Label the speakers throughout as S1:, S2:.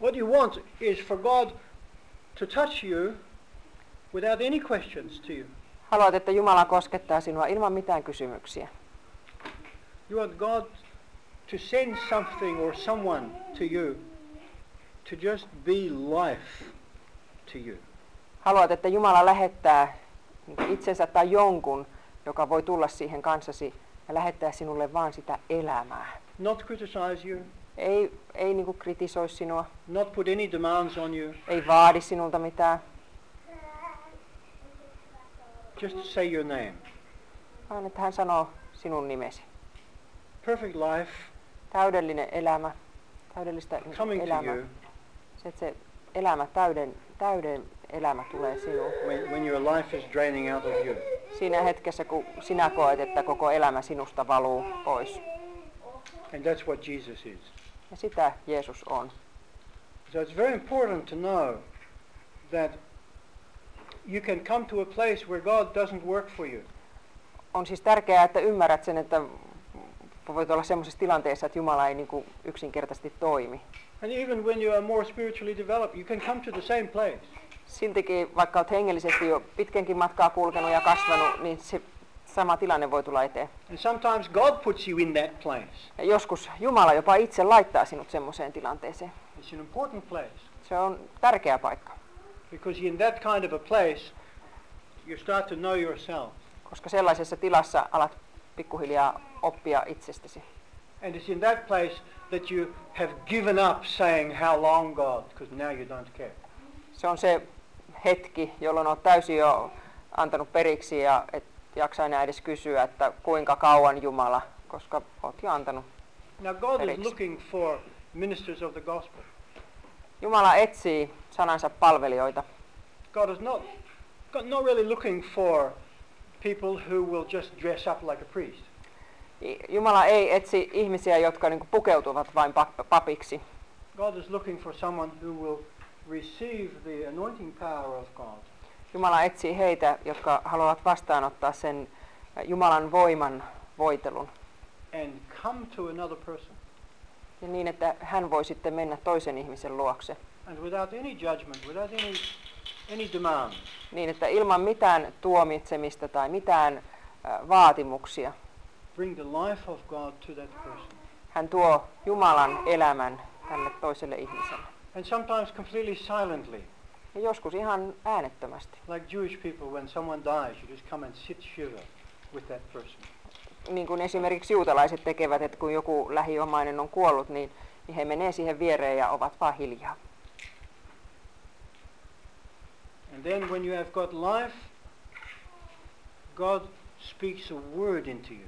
S1: What you want is for God to touch you without any questions to you.
S2: Haluat, että Jumala koskettaa sinua ilman mitään kysymyksiä.
S1: You want God to send something or someone to you to just be life to you.
S2: Haluat, että Jumala lähettää itsensä tai jonkun, joka voi tulla siihen kanssasi ja lähettää sinulle vaan sitä elämää.
S1: Not criticize you,
S2: Ei, ei niin kritisoi sinua,
S1: not put any demands on you,
S2: ei vaadi sinulta mitään,
S1: just say your name.
S2: vaan että hän sanoo sinun nimesi.
S1: Perfect life
S2: Täydellinen elämä, täydellistä
S1: coming to
S2: elämää.
S1: you
S2: Se, että se elämä, täyden, täyden elämä tulee sinuun.
S1: when, when your life is draining out of you.
S2: Siinä hetkessä, kun sinä koet, että koko elämä sinusta valuu pois.
S1: And that's what Jesus is.
S2: Ja sitä Jeesus on.
S1: So it's very important to know that you can come to a place where God doesn't work for you.
S2: On siis tärkeää, että ymmärrät sen, että voit olla sellaisessa tilanteessa, että Jumala ei niin kuin yksinkertaisesti toimi.
S1: And even when you are more spiritually developed, you can come to the same place.
S2: Siltikin, vaikka olet hengellisesti jo pitkänkin matkaa kulkenut ja kasvanut, niin se sama tilanne voi tulla eteen.
S1: And sometimes God puts you in that place.
S2: Ja joskus Jumala jopa itse laittaa sinut semmoiseen tilanteeseen.
S1: It's an important place
S2: Se on tärkeä paikka,
S1: because in that kind of a place, you start to know yourself.
S2: koska sellaisessa tilassa alat pikkuhiljaa oppia itsestäsi.
S1: And it's in that place that you have given up saying, how long, God? Because now you don't care.
S2: Se on se hetki, jolloin olet täysin jo antanut periksi ja et jaksa enää edes kysyä, että kuinka kauan Jumala, koska olet jo antanut.
S1: Now God is
S2: Felix.
S1: looking for ministers of the gospel.
S2: Jumala etsii sanansa palvelijoita.
S1: God is not, God not really looking for people who will just dress up like a priest.
S2: I- Jumala ei etsi ihmisiä, jotka niin pukeutuvat vain pap- papiksi,
S1: God is looking for someone who will receive the anointing power of God
S2: Jumala etsii heitä, jotka haluavat vastaanottaa sen Jumalan voiman voitelun.
S1: and come to another person.
S2: Ja niin, että hän voi sitten mennä toisen ihmisen luokse.
S1: And without any judgment, without any, any demand,
S2: Niin, että ilman mitään tuomitsemista tai mitään äh, vaatimuksia,
S1: bring the life of God to that person.
S2: hän tuo Jumalan elämän tälle toiselle ihmiselle.
S1: And sometimes completely silently,
S2: Ja joskus ihan äänettömästi.
S1: like Jewish people, when someone dies, you just come and sit shiva with that person.
S2: Niin kuin esimerkiksi juutalaiset tekevät, että kun joku lähiomainen on kuollut, niin, niin he menee siihen viereen ja ovat vaan hiljaa.
S1: And then when you have got life, God speaks a word into you.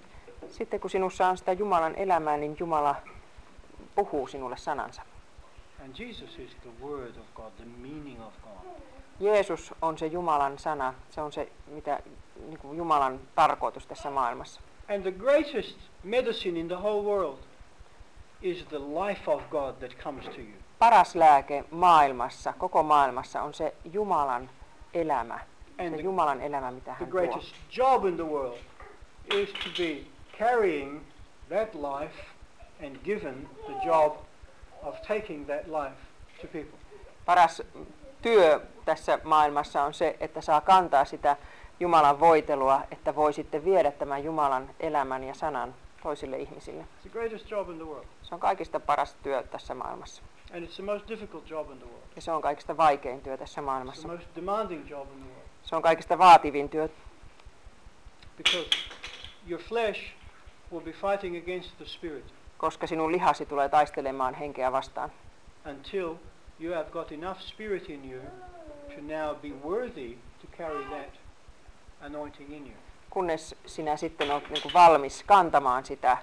S2: Sitten kun sinussa on sitä Jumalan elämää, niin Jumala puhuu sinulle sanansa.
S1: And Jesus is the word of God, the meaning of God.
S2: Jeesus on se Jumalan sana. Se on se, mitä niin kuin Jumalan tarkoitus tässä maailmassa.
S1: And the greatest medicine in the whole world is the life of God that comes to you.
S2: Paras lääke maailmassa, koko maailmassa, on se Jumalan elämä.
S1: And
S2: Se
S1: the,
S2: Jumalan elämä, mitä
S1: the
S2: hän tuo.
S1: greatest job in the world is to be carrying that life and given the job of taking that life to people.
S2: Paras työ tässä maailmassa on se, että saa kantaa sitä Jumalan voitelua, että voi sitten viedä tämän Jumalan elämän ja sanan toisille ihmisille.
S1: It's the greatest job in the world.
S2: Se on kaikista paras työ tässä maailmassa.
S1: And it's the most difficult job in the world.
S2: Ja se on kaikista vaikein työ tässä
S1: It's the
S2: maailmassa.
S1: most demanding job in the world
S2: Se on kaikista vaativin työ,
S1: because your flesh will be fighting against the spirit
S2: koska sinun lihasi tulee taistelemaan henkeä vastaan.
S1: until you have got enough spirit in you to now be worthy to carry that anointing in you.
S2: Kunnes sinä sitten olet niin kuin valmis kantamaan sitä,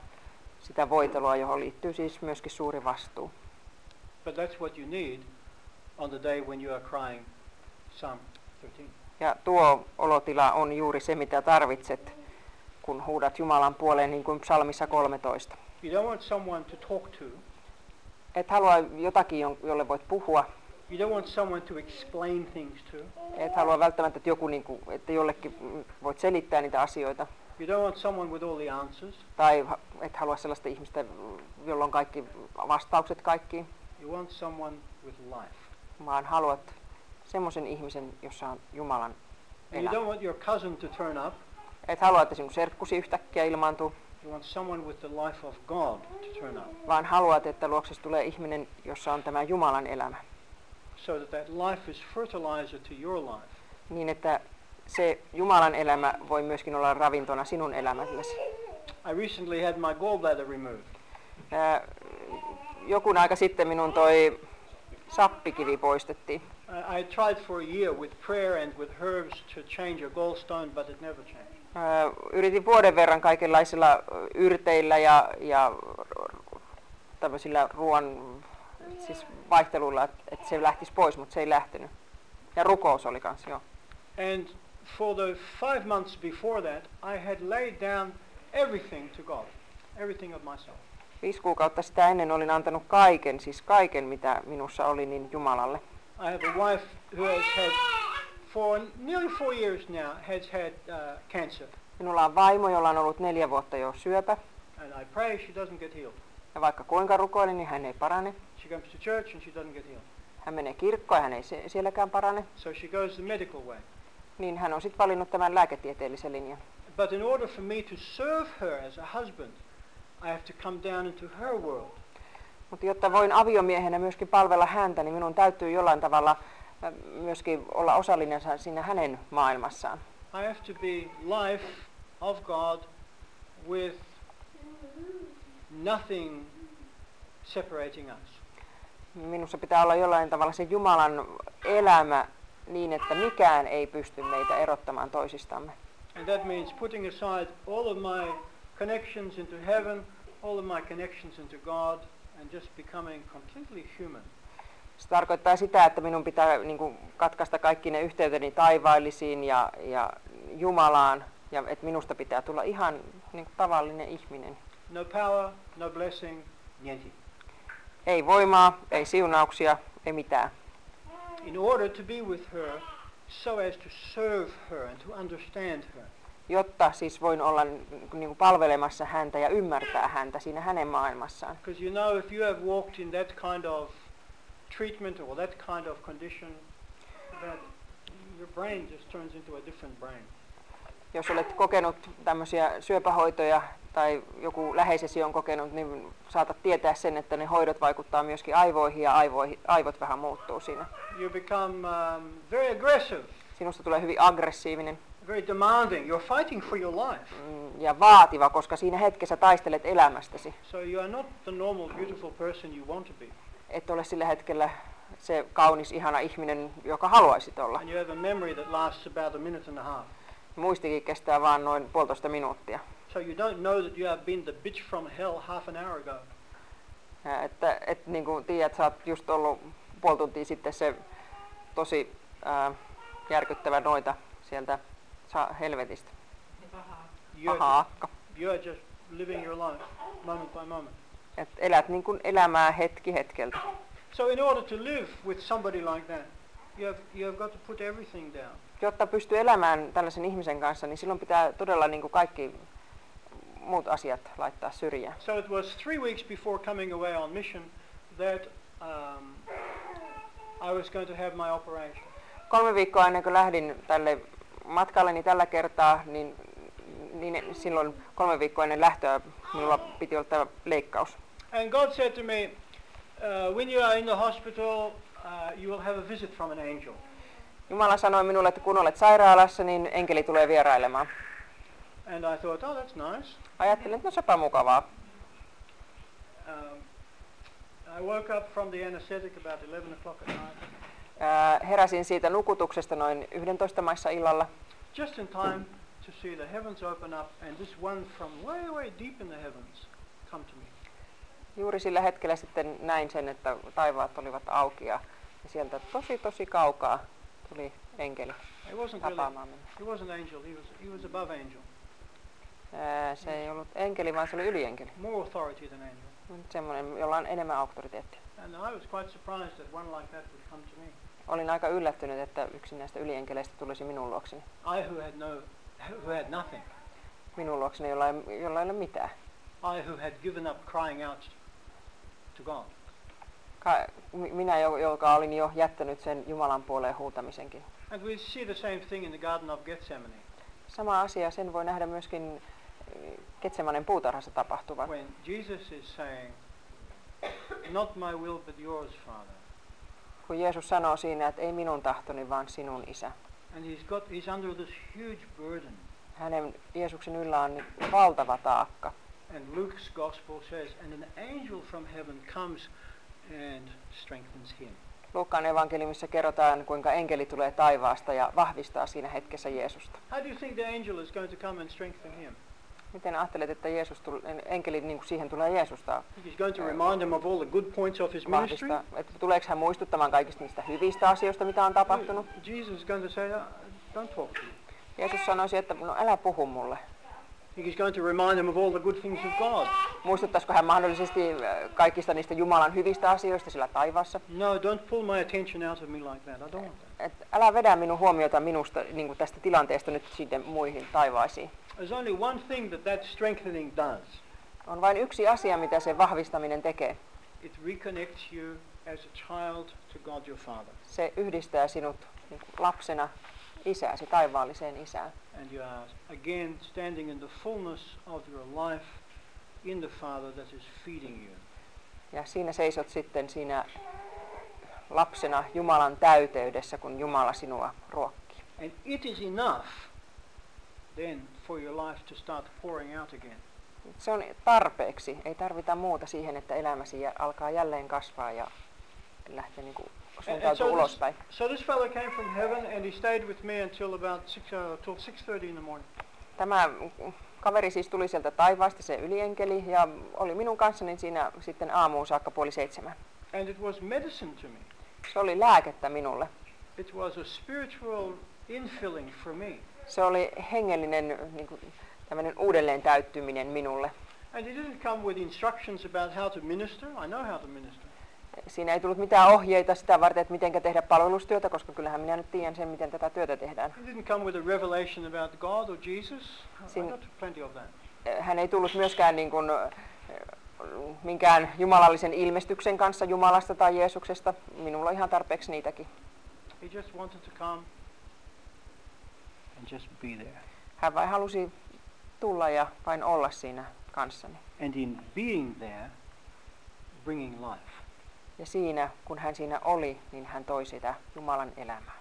S2: sitä voitelua, johon liittyy siis myöskin suuri vastuu.
S1: But that's what you need on the day when you are crying Psalm 13.
S2: Ja tuo olotila on juuri se, mitä tarvitset, kun huudat Jumalan puoleen, niin kuin psalmissa 13.
S1: You don't want someone to talk to.
S2: Et halua jotakin, jon- jolle voit puhua.
S1: You don't want someone to explain things to.
S2: Et halua välttämättä, että, joku, niin kuin, että jollekin mm, voit selittää niitä asioita.
S1: You don't want someone with all the answers.
S2: Tai ha- et halua sellaista ihmistä, jolla on kaikki vastaukset kaikkiin.
S1: You You want someone with life.
S2: vaan haluat semmoisen ihmisen, jossa on Jumalan
S1: And you
S2: elä.
S1: don't want your cousin to turn up.
S2: Et halua, että sinun serkkusi yhtäkkiä ilmaantuu,
S1: You want someone with the life of God to turn up.
S2: vaan haluat, että luoksesi tulee ihminen, jossa on tämä Jumalan elämä.
S1: So that that life is fertilizer to your life.
S2: Niin, että se Jumalan elämä voi myöskin olla ravintona sinun elämällesi.
S1: I recently had my gallbladder removed.
S2: Ää, Jokun aika sitten minun toi sappikivi poistettiin.
S1: I, I tried for a year with prayer and with herbs to change a gallstone, but it never changed.
S2: Ää, Yritin vuoden verran kaikenlaisilla ö, yrteillä ja, ja tämmöisillä ruoan siis vaihteluilla, että se lähtisi pois, mutta se ei lähtenyt. Ja rukous oli kanssa, joo.
S1: And for the five months before that, I had laid down everything to God, everything of myself.
S2: Viisi kuukautta sitä ennen olin antanut kaiken, siis kaiken mitä minussa oli, niin Jumalalle.
S1: I have a wife who has had, for nearly four years now, has had uh, cancer.
S2: Minulla on vaimo, jolla on ollut neljä vuotta jo syöpä.
S1: And I pray she doesn't get healed.
S2: Ja vaikka kuinka rukoilin, niin hän ei parane.
S1: She comes to church and she doesn't get healed.
S2: Hän menee kirkkoon ja hän ei se- sielläkään parane.
S1: So she goes the medical way.
S2: Niin hän on sitten valinnut tämän lääketieteellisen linjan.
S1: But in order for me to serve her as a husband, I have to come down into her world.
S2: Mutta jotta voin aviomiehenä myöskin palvella häntä, niin minun täytyy jollain tavalla äh, myöskin olla osallinen sa- siinä hänen maailmassaan.
S1: I have to be life of God with nothing separating us.
S2: Minussa pitää olla jollain tavalla se Jumalan elämä niin, että mikään ei pysty meitä erottamaan toisistamme.
S1: And that means putting aside all of my connections into heaven, all of my connections into God, and just becoming completely human.
S2: Se tarkoittaa sitä, että minun pitää niin kuin, katkaista kaikki ne yhteyteni taivaallisiin ja, ja Jumalaan, ja että minusta pitää tulla ihan niin kuin, tavallinen ihminen.
S1: No power, no blessing, niente.
S2: Ei voimaa, ei siunauksia, ei mitään.
S1: In order to be with her so as to serve her and to understand her.
S2: jotta siis voin olla niin kuin palvelemassa häntä ja ymmärtää häntä siinä hänen maailmassaan.
S1: Because you know, if you have walked in that kind of treatment or that kind of condition, that your brain just turns into a different brain.
S2: Jos olet kokenut tämmöisiä syöpähoitoja tai joku läheisesi on kokenut, niin saatat tietää sen, että ne hoidot vaikuttaa myöskin aivoihin ja aivoihin, aivot vähän muuttuu siinä.
S1: You become um, very aggressive,
S2: Sinusta tulee hyvin aggressiivinen
S1: very demanding. You're fighting for your life.
S2: mm, ja vaativa, koska siinä hetkessä taistelet elämästäsi.
S1: So you are not the normal, beautiful person you want to be.
S2: Et ole sillä hetkellä se kaunis, ihana ihminen, joka haluaisit olla.
S1: And you have a memory that lasts about a minute and a half.
S2: Muistikin kestää vain noin puolitoista minuuttia.
S1: So you don't know that you have been the bitch from hell half an hour ago.
S2: Ja Että et, niin kuin tiedät, sä oot just ollut puoli tuntia sitten se tosi ää, järkyttävä noita sieltä sa- helvetistä.
S1: You're,
S2: Pahaakka.
S1: you're just living your life moment by moment.
S2: Et elät niin kuin elämää hetki hetkeltä.
S1: So in order to live with somebody like that, you have, you have got to put everything down.
S2: Jotta pystyy elämään tällaisen ihmisen kanssa, niin silloin pitää todella niin kuin kaikki muut asiat laittaa syrjään.
S1: So it was three weeks before coming away on mission that um, I was going to have my operation.
S2: Kolme viikkoa ennen kuin lähdin tälle matkalle, niin tällä kertaa, niin, niin silloin kolme viikkoa ennen lähtöä minulla piti olla tämä leikkaus.
S1: And God said to me, uh, when you are in the hospital, uh, you will have a visit from an angel.
S2: Jumala sanoi minulle, että kun olet sairaalassa, niin enkeli tulee vierailemaan.
S1: And I thought, oh, that's nice.
S2: Ajattelin, että no sepä mukavaa.
S1: Um, I woke up from the anesthetic about 11 o'clock at night,
S2: Ää, Heräsin siitä nukutuksesta noin 11 maissa illalla.
S1: just in time to see the heavens open up and this one from way, way deep in the heavens come to me.
S2: Juuri sillä hetkellä sitten näin sen, että taivaat olivat auki ja ja sieltä tosi tosi kaukaa tuli enkeli
S1: It wasn't really
S2: tapaamaan minua.
S1: He was an angel. He was, he was above angel.
S2: Ää, Se ei ollut enkeli, vaan se oli ylienkeli.
S1: More authority than angel.
S2: Nyt Semmoinen, jolla on enemmän auktoriteettia.
S1: And I was quite surprised that one like that would come to me.
S2: Olin aika yllättynyt, että yksi näistä ylienkeleistä tulisi minun luokseni.
S1: I who had no, who had nothing.
S2: Minun luokseni, jolla ei, jolla ei ole mitään.
S1: I who had given up crying out to God.
S2: Ka- mi- minä, jo- joka olin jo jättänyt sen Jumalan puoleen huutamisenkin.
S1: And we see the same thing in the Garden of Gethsemane
S2: Sama asia, sen voi nähdä myöskin eh, Ketsemanen puutarhassa tapahtuvan.
S1: when Jesus is saying, Not my will but yours, Father.
S2: Kun Jeesus sanoo siinä, että ei minun tahtoni, vaan sinun isä.
S1: And he's got he's under this huge burden.
S2: Hänen Jeesuksen yllä on nyt valtava taakka.
S1: And Luke's gospel says, And an angel from heaven comes and strengthens him.
S2: Luukkaan evankeliumissa kerrotaan, kuinka enkeli tulee taivaasta ja vahvistaa siinä hetkessä Jeesusta.
S1: How do you think the angel is going to come and strengthen him?
S2: Miten ajattelet, että Jeesus tuli, enkeli niin kuin siihen tulee Jeesusta
S1: Think He's going to remind him of all the good points of his ministry.
S2: vahvistaa? Että tuleeko hän muistuttamaan kaikista niistä hyvistä asioista, mitä on tapahtunut?
S1: Uh, Jesus is going to say, "Uh, Don't talk to me.
S2: Jeesus sanoisi, että no älä puhu mulle.
S1: Think he's going to remind him of all the good things of God.
S2: Muistuttaisiko hän mahdollisesti äh, kaikista niistä Jumalan hyvistä asioista sillä taivaassa?
S1: No, don't pull my attention out of me like that. I don't want that.
S2: Et älä vedä minun huomiota minusta niin kuin tästä tilanteesta nyt sitten muihin taivaisiin.
S1: There's only one thing that that strengthening does.
S2: On vain yksi asia, mitä se vahvistaminen tekee.
S1: It reconnects you as a child to God your Father
S2: Se yhdistää sinut niin kuin lapsena isääsi, taivaalliseen isään.
S1: and you are again standing in the fullness of your life in the Father that is feeding you.
S2: Ja siinä seisot sitten siinä lapsena Jumalan täyteydessä, kun Jumala sinua ruokkii.
S1: And it is enough then for your life to start pouring out again.
S2: Se on tarpeeksi. Ei tarvita muuta siihen, että elämäsi jä- alkaa jälleen kasvaa ja lähtee niin kuin suuntautua
S1: so this-
S2: ulospäin.
S1: So this fellow came from heaven and he stayed with me until about six, uh, till 6.30 in the morning.
S2: Tämä kaveri siis tuli sieltä taivaasta, se ylienkeli, ja oli minun kanssani siinä sitten aamuun saakka puoli seitsemän.
S1: And it was medicine to me.
S2: Se oli lääkettä minulle.
S1: It was a spiritual infilling for me.
S2: Se oli hengellinen niin kuin, tämmöinen uudelleen täyttyminen minulle.
S1: And he didn't come with instructions about how to minister. I know how to minister.
S2: Siinä ei tullut mitään ohjeita sitä varten, että miten tehdä palvelustyötä, koska kyllähän minä nyt tiedän sen, miten tätä työtä tehdään.
S1: He didn't come with a revelation about God or Jesus. I
S2: Sin-
S1: got plenty of that.
S2: Hän ei tullut myöskään niin kuin, äh, minkään jumalallisen ilmestyksen kanssa Jumalasta tai Jeesuksesta. Minulla on ihan tarpeeksi niitäkin.
S1: He just wanted to come and just be there.
S2: Hän vain halusi tulla ja vain olla siinä kanssani.
S1: And in being there, bringing life.
S2: Ja siinä, kun hän siinä oli, niin hän toi sitä Jumalan elämää.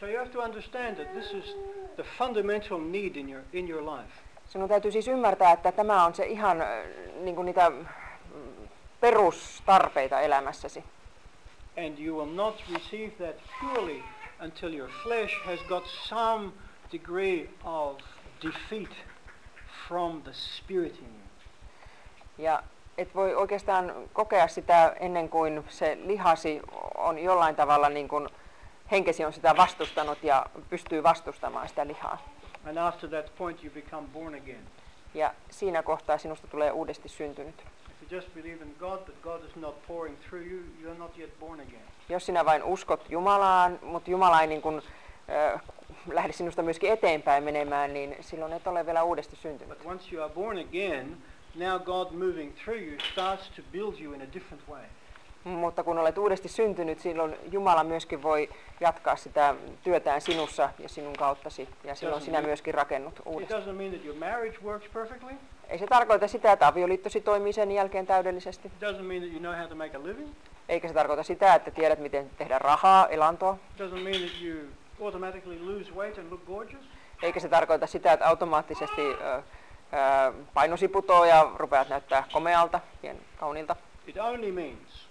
S1: So you have to understand that this is the fundamental need in your, in your life.
S2: Sinun täytyy siis ymmärtää, että tämä on se ihan äh, niin kuin niitä mm, perustarpeita elämässäsi.
S1: And you will not receive that purely until your flesh has got some degree of defeat from the spirit in you.
S2: Ja et voi oikeastaan kokea sitä ennen kuin se lihasi on jollain tavalla niin kuin henkesi on sitä vastustanut ja pystyy vastustamaan sitä lihaa.
S1: And after that point, you become born again.
S2: Ja siinä kohtaa sinusta tulee uudesti syntynyt.
S1: If you just believe in God, but God is not pouring through you, you're not yet born again.
S2: Jos sinä vain uskot Jumalaan, mutta Jumala ei niin kuin, äh, lähde sinusta myöskin eteenpäin menemään, niin silloin et ole vielä uudesti syntynyt.
S1: But once you are born again, now God moving through you starts to build you in a different way.
S2: Mutta kun olet uudesti syntynyt, silloin Jumala myöskin voi jatkaa sitä työtään sinussa ja sinun kauttasi. Ja silloin sinä myöskin rakennut
S1: It
S2: uudestaan.
S1: doesn't mean that your marriage works perfectly.
S2: Ei se tarkoita sitä, että avioliittosi toimii sen jälkeen täydellisesti.
S1: It doesn't mean that you know how to make a living.
S2: Eikä se tarkoita sitä, että tiedät, miten tehdä rahaa, elantoa.
S1: It doesn't mean that you automatically lose weight and look gorgeous.
S2: Eikä se tarkoita sitä, että automaattisesti ö, ö, painosi putoaa ja rupeat näyttää komealta ja kauniilta.
S1: It only means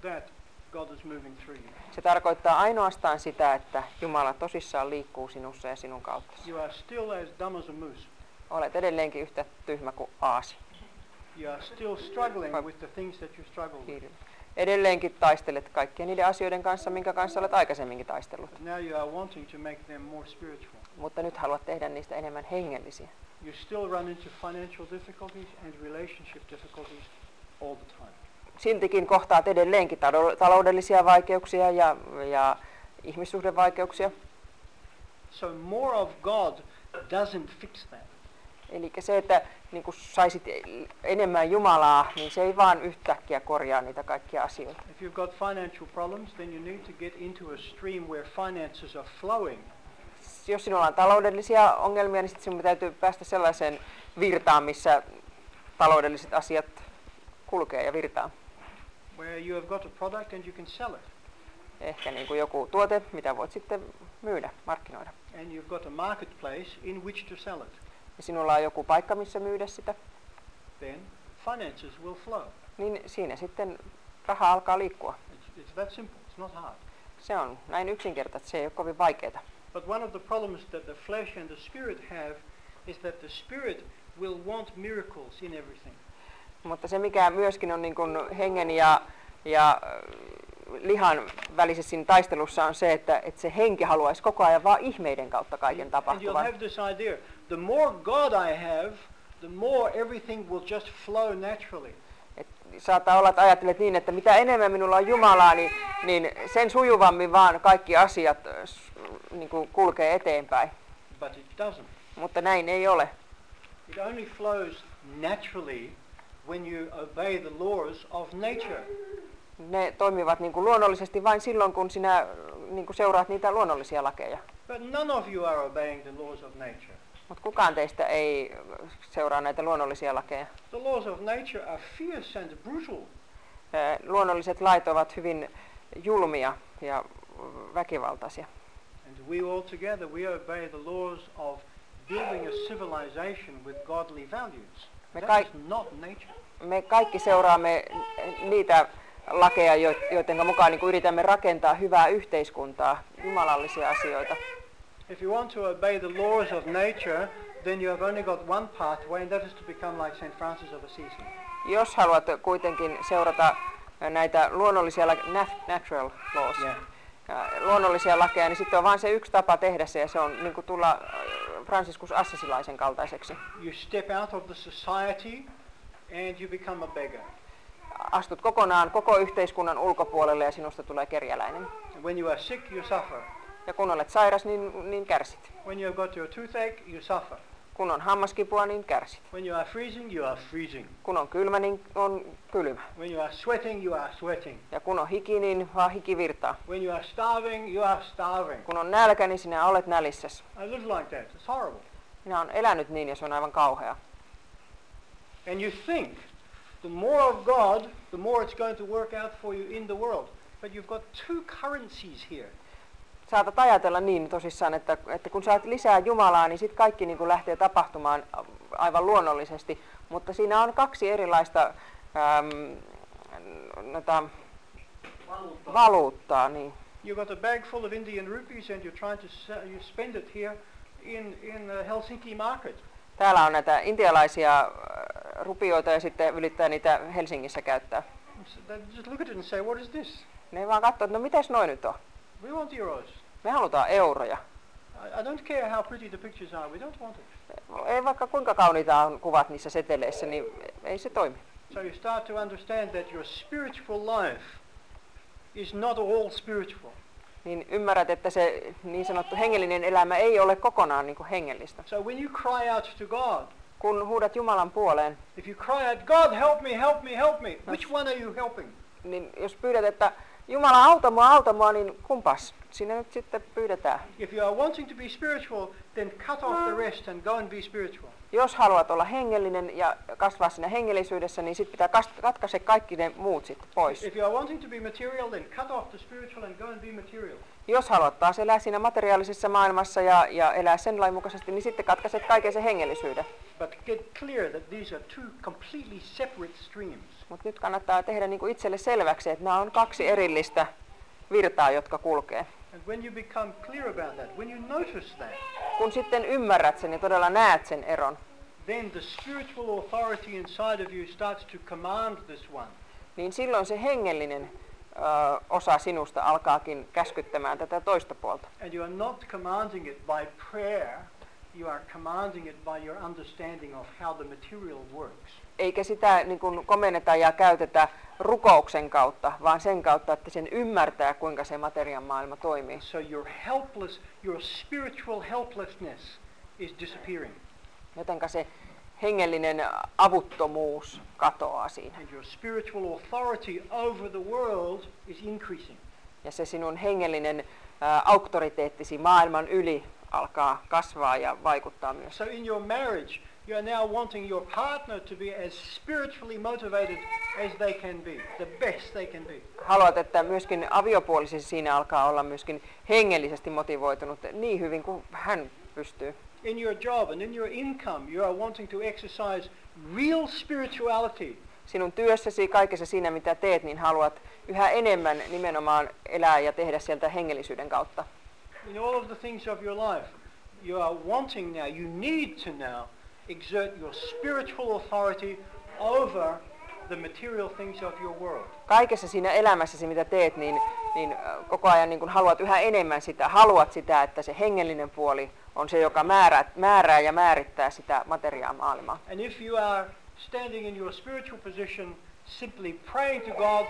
S1: that God is moving through you.
S2: Se tarkoittaa ainoastaan sitä, että Jumala tosissaan liikkuu sinussa ja sinun kauttasi.
S1: You are still as dumb as a moose.
S2: Olet edelleenkin yhtä tyhmä kuin aasi.
S1: You are still struggling
S2: But-
S1: with the things that you struggle with.
S2: Kiirin. Edelleenkin taistelet kaikkien niiden asioiden kanssa, minkä kanssa olet aikaisemminkin taistellut.
S1: But now you are wanting to make them more spiritual.
S2: Mutta nyt haluat tehdä niistä enemmän hengellisiä.
S1: You still run into financial difficulties and relationship difficulties all the time.
S2: Siltikin kohtaat edelleenkin tado- taloudellisia vaikeuksia ja, ja ihmissuhdevaikeuksia.
S1: So more of God doesn't fix that.
S2: Eli se, että niin kun saisit enemmän Jumalaa, niin se ei vaan yhtäkkiä korjaa niitä kaikkia asioita.
S1: If you've got financial problems, then you need to get into a stream where finances are flowing.
S2: Jos sinulla on taloudellisia ongelmia, niin sitten sinun täytyy päästä sellaiseen virtaan, missä taloudelliset asiat kulkee ja virtaa.
S1: where you have got a product and you can sell it.
S2: Ehkä niin kuin joku tuote, mitä voit sitten myydä, markkinoida.
S1: And you've got a marketplace in which to sell it.
S2: Ja sinulla on joku paikka, missä myydä sitä,
S1: Then finances will flow.
S2: niin siinä sitten raha alkaa liikkua.
S1: It's, it's that simple. It's not hard.
S2: Se on näin yksinkertaista, se ei ole kovin vaikeaa.
S1: But one of the problems that the flesh and the spirit have is that the spirit will want miracles in everything.
S2: Mutta se mikä myöskin on niin kuin hengen ja, ja äh, lihan välisessä siinä taistelussa on se, että, että se henki haluaisi koko ajan vaan ihmeiden kautta kaiken
S1: And you'll
S2: tapahtuvan.
S1: have this idea, the more God I have, the more everything will just flow naturally.
S2: Et saattaa olla, että ajattelet niin, että mitä enemmän minulla on Jumalaa, niin, niin sen sujuvammin vaan kaikki asiat äh, s- niin kuin kulkee eteenpäin.
S1: But it doesn't.
S2: Mutta näin ei ole.
S1: It only flows naturally when you obey the laws of nature.
S2: Ne toimivat niin kuin luonnollisesti vain silloin, kun sinä äh, niin kuin seuraat niitä luonnollisia lakeja.
S1: But none of you are obeying the laws of nature.
S2: Mutta kukaan teistä ei äh, seuraa näitä luonnollisia lakeja.
S1: The laws of nature are fierce and brutal.
S2: Ö, luonnolliset lait ovat hyvin julmia ja väkivaltaisia.
S1: And we all together, we obey the laws of building a civilization with godly values.
S2: Me
S1: That
S2: kai-
S1: is not nature.
S2: Me kaikki seuraamme niitä lakeja, joiden mukaan niin kuin yritämme rakentaa hyvää yhteiskuntaa, jumalallisia asioita.
S1: If you want to obey the laws of nature, then you have only got one pathway, and that is to become like St. Francis of Assisi.
S2: Jos haluat kuitenkin seurata näitä luonnollisia, lake- nat- natural laws,
S1: Yeah.
S2: ö, luonnollisia lakeja, niin sitten on vain se yksi tapa tehdä se, ja se on niin kuin tulla ö, Franciscus Assisilaisen kaltaiseksi.
S1: You step out of the society and you become a beggar.
S2: Astut kokonaan koko yhteiskunnan ulkopuolelle ja sinusta tulee kerjäläinen.
S1: And when you are sick, you suffer.
S2: Ja kun olet sairas, niin, niin kärsit.
S1: When you have got your toothache, you suffer.
S2: Kun on hammaskipua, niin kärsit.
S1: When you are freezing, you are freezing.
S2: Kun on kylmä, niin on kylmä.
S1: When you are sweating, you are sweating.
S2: Ja kun on hiki, niin vaan hiki virtaa.
S1: When you are starving, you are starving.
S2: Kun on nälkä, niin sinä olet nälissäs.
S1: I live like that. It's horrible.
S2: Minä olen elänyt niin ja se on aivan kauhea.
S1: And you think the more of God, the more it's going to work out for you in the world. But you've got two currencies here.
S2: Saatat ajatella niin tosissaan, että, että kun saat lisää Jumalaa, niin sitten kaikki niin kuin lähtee tapahtumaan aivan luonnollisesti. Mutta siinä on kaksi erilaista äm, noita, valuuttaa. Niin.
S1: You've got a bag full of Indian rupees and you're trying to sell, you spend it here in, in the Helsinki market.
S2: Täällä on näitä intialaisia äh, rupioita ja sitten yrittää niitä Helsingissä käyttää.
S1: So they just look at it and say, what is this?
S2: Ne vaan katsoo, että no mitäs noin nyt on?
S1: We want euros.
S2: Me halutaan euroja.
S1: I, I don't care how pretty the pictures are. We don't want it.
S2: Ei vaikka kuinka kauniita on kuvat niissä seteleissä, niin ei se toimi.
S1: So you start to understand that your spiritual life is not all spiritual.
S2: Niin ymmärrät, että se niin sanottu hengellinen elämä ei ole kokonaan niin kuin hengellistä.
S1: So when you cry out to God,
S2: Kun huudat Jumalan puoleen,
S1: if you cry out, God help me, help me, help me,
S2: That's-
S1: which one are you helping?
S2: niin jos pyydät, että Jumala auta mua, auta mua, niin kumpas? Siinä nyt sitten pyydetään.
S1: If you are wanting to be spiritual, then cut off the rest and go and be spiritual.
S2: Jos haluat olla hengellinen ja kasvaa siinä hengellisyydessä, niin sitten pitää kas- katkaise kaikki ne muut sitten pois.
S1: If you are wanting to be material, then cut off the spiritual and go and be material.
S2: Jos haluat taas elää siinä materiaalisessa maailmassa ja, ja elää sen lain mukaisesti, niin sitten katkaiset kaiken sen hengellisyyden.
S1: But get clear that these are two completely separate streams.
S2: Mutta nyt kannattaa tehdä niinku itselle selväksi, että nämä on kaksi erillistä virtaa, jotka kulkee.
S1: And when you become clear about that, when you notice that,
S2: Kun sitten ymmärrät sen ja todella näet sen eron,
S1: then the spiritual authority inside of you starts to command this one.
S2: niin silloin se hengellinen ö, osa sinusta alkaakin käskyttämään tätä toista puolta.
S1: And you are not commanding it by prayer, you are commanding it by your understanding of how the material works.
S2: Eikä sitä niin kun komenneta ja käytetä rukouksen kautta, vaan sen kautta, että sen ymmärtää, kuinka se materian maailma toimii.
S1: So your helpless, your spiritual helplessness is disappearing.
S2: Jotenka se hengellinen avuttomuus katoaa siinä.
S1: and your spiritual authority over the world is increasing.
S2: Ja se sinun hengellinen ää, auktoriteettisi maailman yli alkaa kasvaa ja vaikuttaa myös.
S1: So in your marriage, you are now wanting your partner to be as spiritually motivated as they can be, the best they can be.
S2: Haluat, että myöskin aviopuolisesi siinä alkaa olla myöskin hengellisesti motivoitunut niin hyvin kuin hän pystyy.
S1: In your job and in your income, you are wanting to exercise real spirituality
S2: Sinun työssäsi, kaikessa siinä mitä teet, niin haluat yhä enemmän nimenomaan elää ja tehdä sieltä hengellisyyden kautta.
S1: in all of the things of your life. You are wanting now, you need to now exert your spiritual authority over the material things of your world.
S2: Kaikessa siinä elämässäsi, mitä teet, niin, niin äh, koko ajan niin kun haluat yhä enemmän sitä, haluat sitä, että se hengellinen puoli on se, joka määrää, määrää ja määrittää sitä materiaa maailmaa.
S1: And if you are standing in your spiritual position, simply praying to God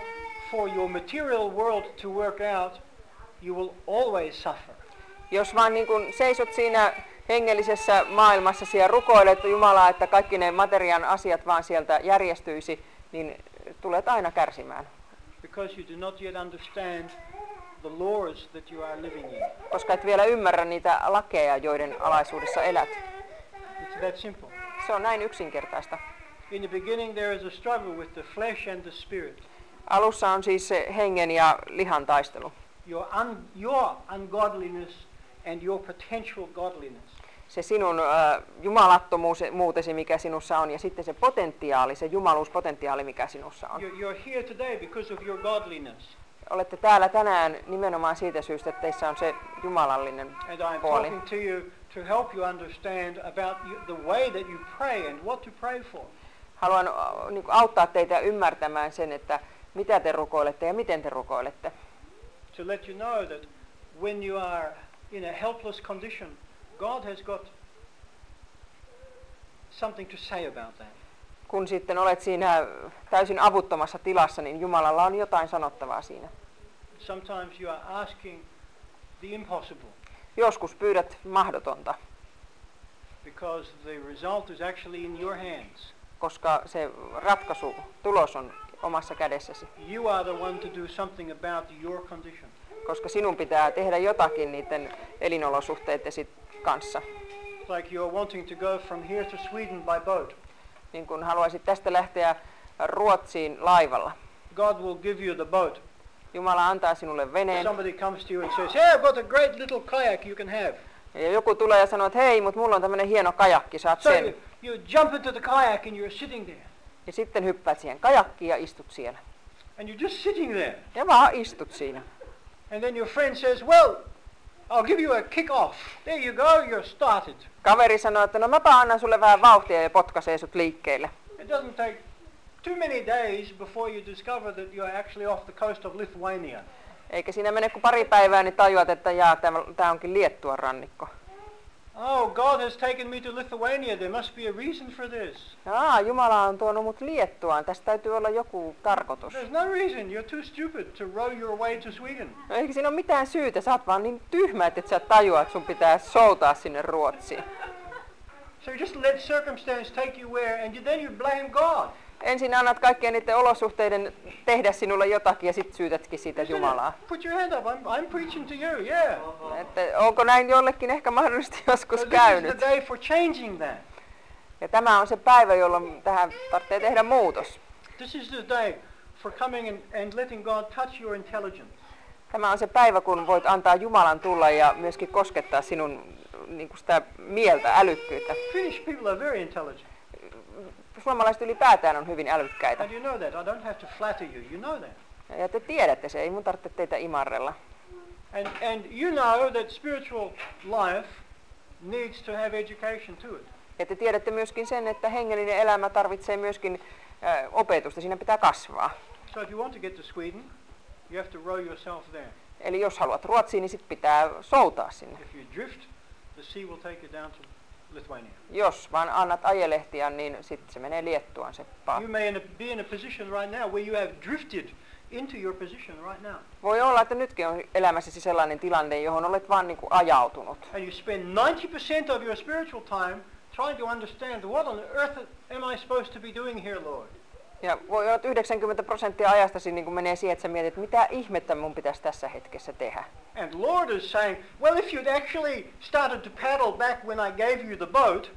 S1: for your material world to work out, you will always suffer.
S2: Jos vaan niin kun seisot siinä hengellisessä maailmassa ja rukoilet Jumalaa, että kaikki ne materian asiat vaan sieltä järjestyisi, niin tulet aina kärsimään.
S1: because you do not yet understand the laws that you are living in.
S2: koska et vielä ymmärrä niitä lakeja, joiden alaisuudessa elät.
S1: It's that simple.
S2: Se on näin yksinkertaista.
S1: In the beginning, there is a struggle with the flesh and the spirit.
S2: Alussa on siis se hengen ja lihan taistelu.
S1: Your, un- your ungodliness and your potential godliness.
S2: Se sinun äh, jumalattomuus muutesi, mikä sinussa on, ja sitten se potentiaali, se jumaluuspotentiaali, mikä sinussa on.
S1: You're, you're here today because of your godliness.
S2: Olette täällä tänään nimenomaan siitä syystä, että teissä on se jumalallinen
S1: And I'm
S2: puoli.
S1: talking to you to help you understand about you, the way that you pray and what to pray for.
S2: Haluan äh, niin kuin auttaa teitä ymmärtämään sen, että mitä te rukoilette ja miten te rukoilette.
S1: To let you know that when you are in a helpless condition, God has got something to say about that.
S2: Kun sitten olet siinä täysin avuttomassa tilassa, niin Jumalalla on jotain sanottavaa siinä.
S1: Sometimes you are asking the impossible
S2: Joskus pyydät mahdotonta,
S1: because the result is actually in your hands.
S2: koska se ratkaisu, tulos on omassa kädessäsi.
S1: You are the one to do something about your condition.
S2: Koska sinun pitää tehdä jotakin niiden elinolosuhteittesi kanssa.
S1: It's like you're wanting to go from here to Sweden by boat.
S2: Niin kun haluaisit tästä lähteä Ruotsiin laivalla.
S1: God will give you the boat.
S2: Jumala antaa sinulle veneen.
S1: Somebody comes to you and says, Hey, I've got a great little kayak you can have.
S2: Ja joku tulee ja sanoo, että hei, mutta mulla on tämmöinen hieno kajakki, saat
S1: So you,
S2: sen.
S1: you jump into the kayak and you're sitting there.
S2: Ja sitten hyppäät siihen kajakkiin ja istut siellä.
S1: And you're just sitting there.
S2: Ja vaan istut siinä.
S1: And then your friend says, Well, I'll give you a kick off. There you go, you're started.
S2: Kaveri sanoo, että no mäpä annan sulle vähän vauhtia ja potkaisee sut liikkeelle.
S1: It doesn't take too many days before you discover that you're actually off the coast of Lithuania.
S2: Eikä siinä mene kuin pari päivää, niin tajuat, että jaa, tämä onkin Liettuan rannikko.
S1: Oh, God has taken me to Lithuania. There must be a reason for this.
S2: Aa, Jumala on tuonut mut Liettuaan. Tästä täytyy olla joku tarkoitus.
S1: There's no reason. You're too stupid to row your way to Sweden.
S2: No, eikä siinä ole mitään syytä. Sä oot vaan niin tyhmä, että et sä tajua, että sun pitää soutaa sinne Ruotsiin.
S1: So you just let circumstance take you where, and you, then you blame God.
S2: Ensin annat kaikkien niiden olosuhteiden tehdä sinulle jotakin ja sit syytätkin siitä
S1: Isn't it?
S2: Jumalaa.
S1: Put your hand up. I'm, I'm preaching to you. Yeah.
S2: Että onko näin jollekin ehkä mahdollisesti
S1: So
S2: joskus
S1: this is the
S2: käynyt?
S1: day for changing that.
S2: Ja tämä on se päivä, jolloin tähän tarvitsee tehdä muutos.
S1: This is the day for coming and, and letting God touch your intelligence.
S2: Tämä on se päivä, kun voit antaa Jumalan tulla ja myöskin koskettaa sinun niin kuin sitä mieltä, älykkyyttä.
S1: Finnish people are very intelligent.
S2: Suomalaiset ylipäätään on hyvin älykkäitä.
S1: And you know that. I don't have to flatter you. You know that.
S2: Ja te tiedätte se, ei mun tarvitse teitä imarrella.
S1: And, and you know that spiritual life needs to have education to it.
S2: Ja te tiedätte myöskin sen, että hengellinen elämä tarvitsee myöskin ö, opetusta, siinä pitää kasvaa.
S1: So if you want to get to Sweden, you have to row yourself there.
S2: Eli jos haluat Ruotsiin, niin sit pitää soutaa sinne.
S1: If you drift, the sea will take you down to Lithuania.
S2: Jos vaan annat ajelehtia, niin sitten se menee Liettuaan se paa.
S1: You may in a, be in a position right now where you have drifted into your position right now.
S2: Voi olla, että nytkin on elämässäsi sellainen tilanne, johon olet vaan niin kuin niinku ajautunut.
S1: And you spend 90% of your spiritual time trying to understand what on earth am I supposed to be doing here, Lord?
S2: Ja voi olla, että 90 prosenttia ajastasi niin kuin menee siihen, että sä mietit, että mitä ihmettä mun pitäisi tässä hetkessä tehdä.
S1: And Lord is saying, well, if you'd actually started to paddle back when I gave you the boat,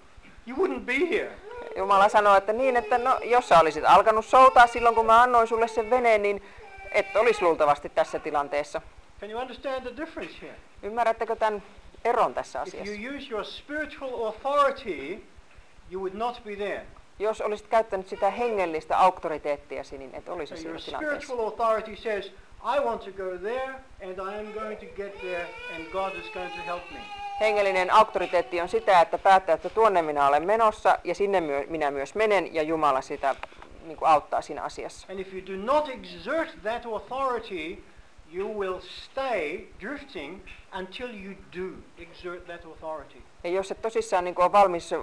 S1: you wouldn't be here.
S2: Jumala sanoo, että niin, että no, jos sä olisit alkanut soutaa silloin, kun mä annoin sulle sen veneen, niin et olisi luultavasti tässä tilanteessa.
S1: Can you understand the difference here?
S2: Ymmärrättekö tämän eron tässä
S1: If you
S2: asiassa?
S1: use your spiritual authority, you would not be there.
S2: Jos olisit käyttänyt sitä hengellistä auktoriteettiasi, niin et olisi
S1: So
S2: siinä
S1: your
S2: tilanteessa.
S1: spiritual authority says, I want to go there, and I am going to get there, and God is going to help me.
S2: Hengellinen auktoriteetti on sitä, että päättää, että tuonne minä olen menossa ja sinne myö- minä myös menen ja Jumala sitä niin kuin auttaa siinä asiassa.
S1: And if you do not exert that authority, you will stay drifting until you do exert that authority.
S2: Ja jos et tosissaan niin ole valmis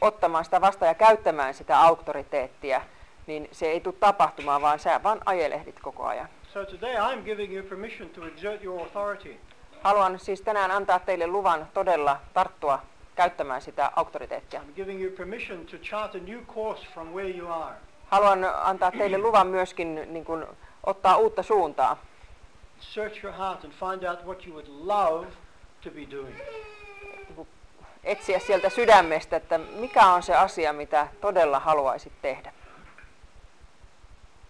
S2: ottamaan sitä vastaan ja käyttämään sitä auktoriteettia, niin se ei tule tapahtumaan, vaan sä vaan ajelehdit koko ajan.
S1: So today I'm giving you permission to exert your authority.
S2: Haluan siis tänään antaa teille luvan todella tarttua käyttämään sitä auktoriteettia.
S1: I'm giving you permission to chart a new course from where you are.
S2: Haluan antaa teille luvan myöskin niin kuin, ottaa uutta suuntaa.
S1: Search your heart and find out what you would love to be doing.
S2: niin Etsiä sieltä sydämestä, että mikä on se asia, mitä todella haluaisit tehdä.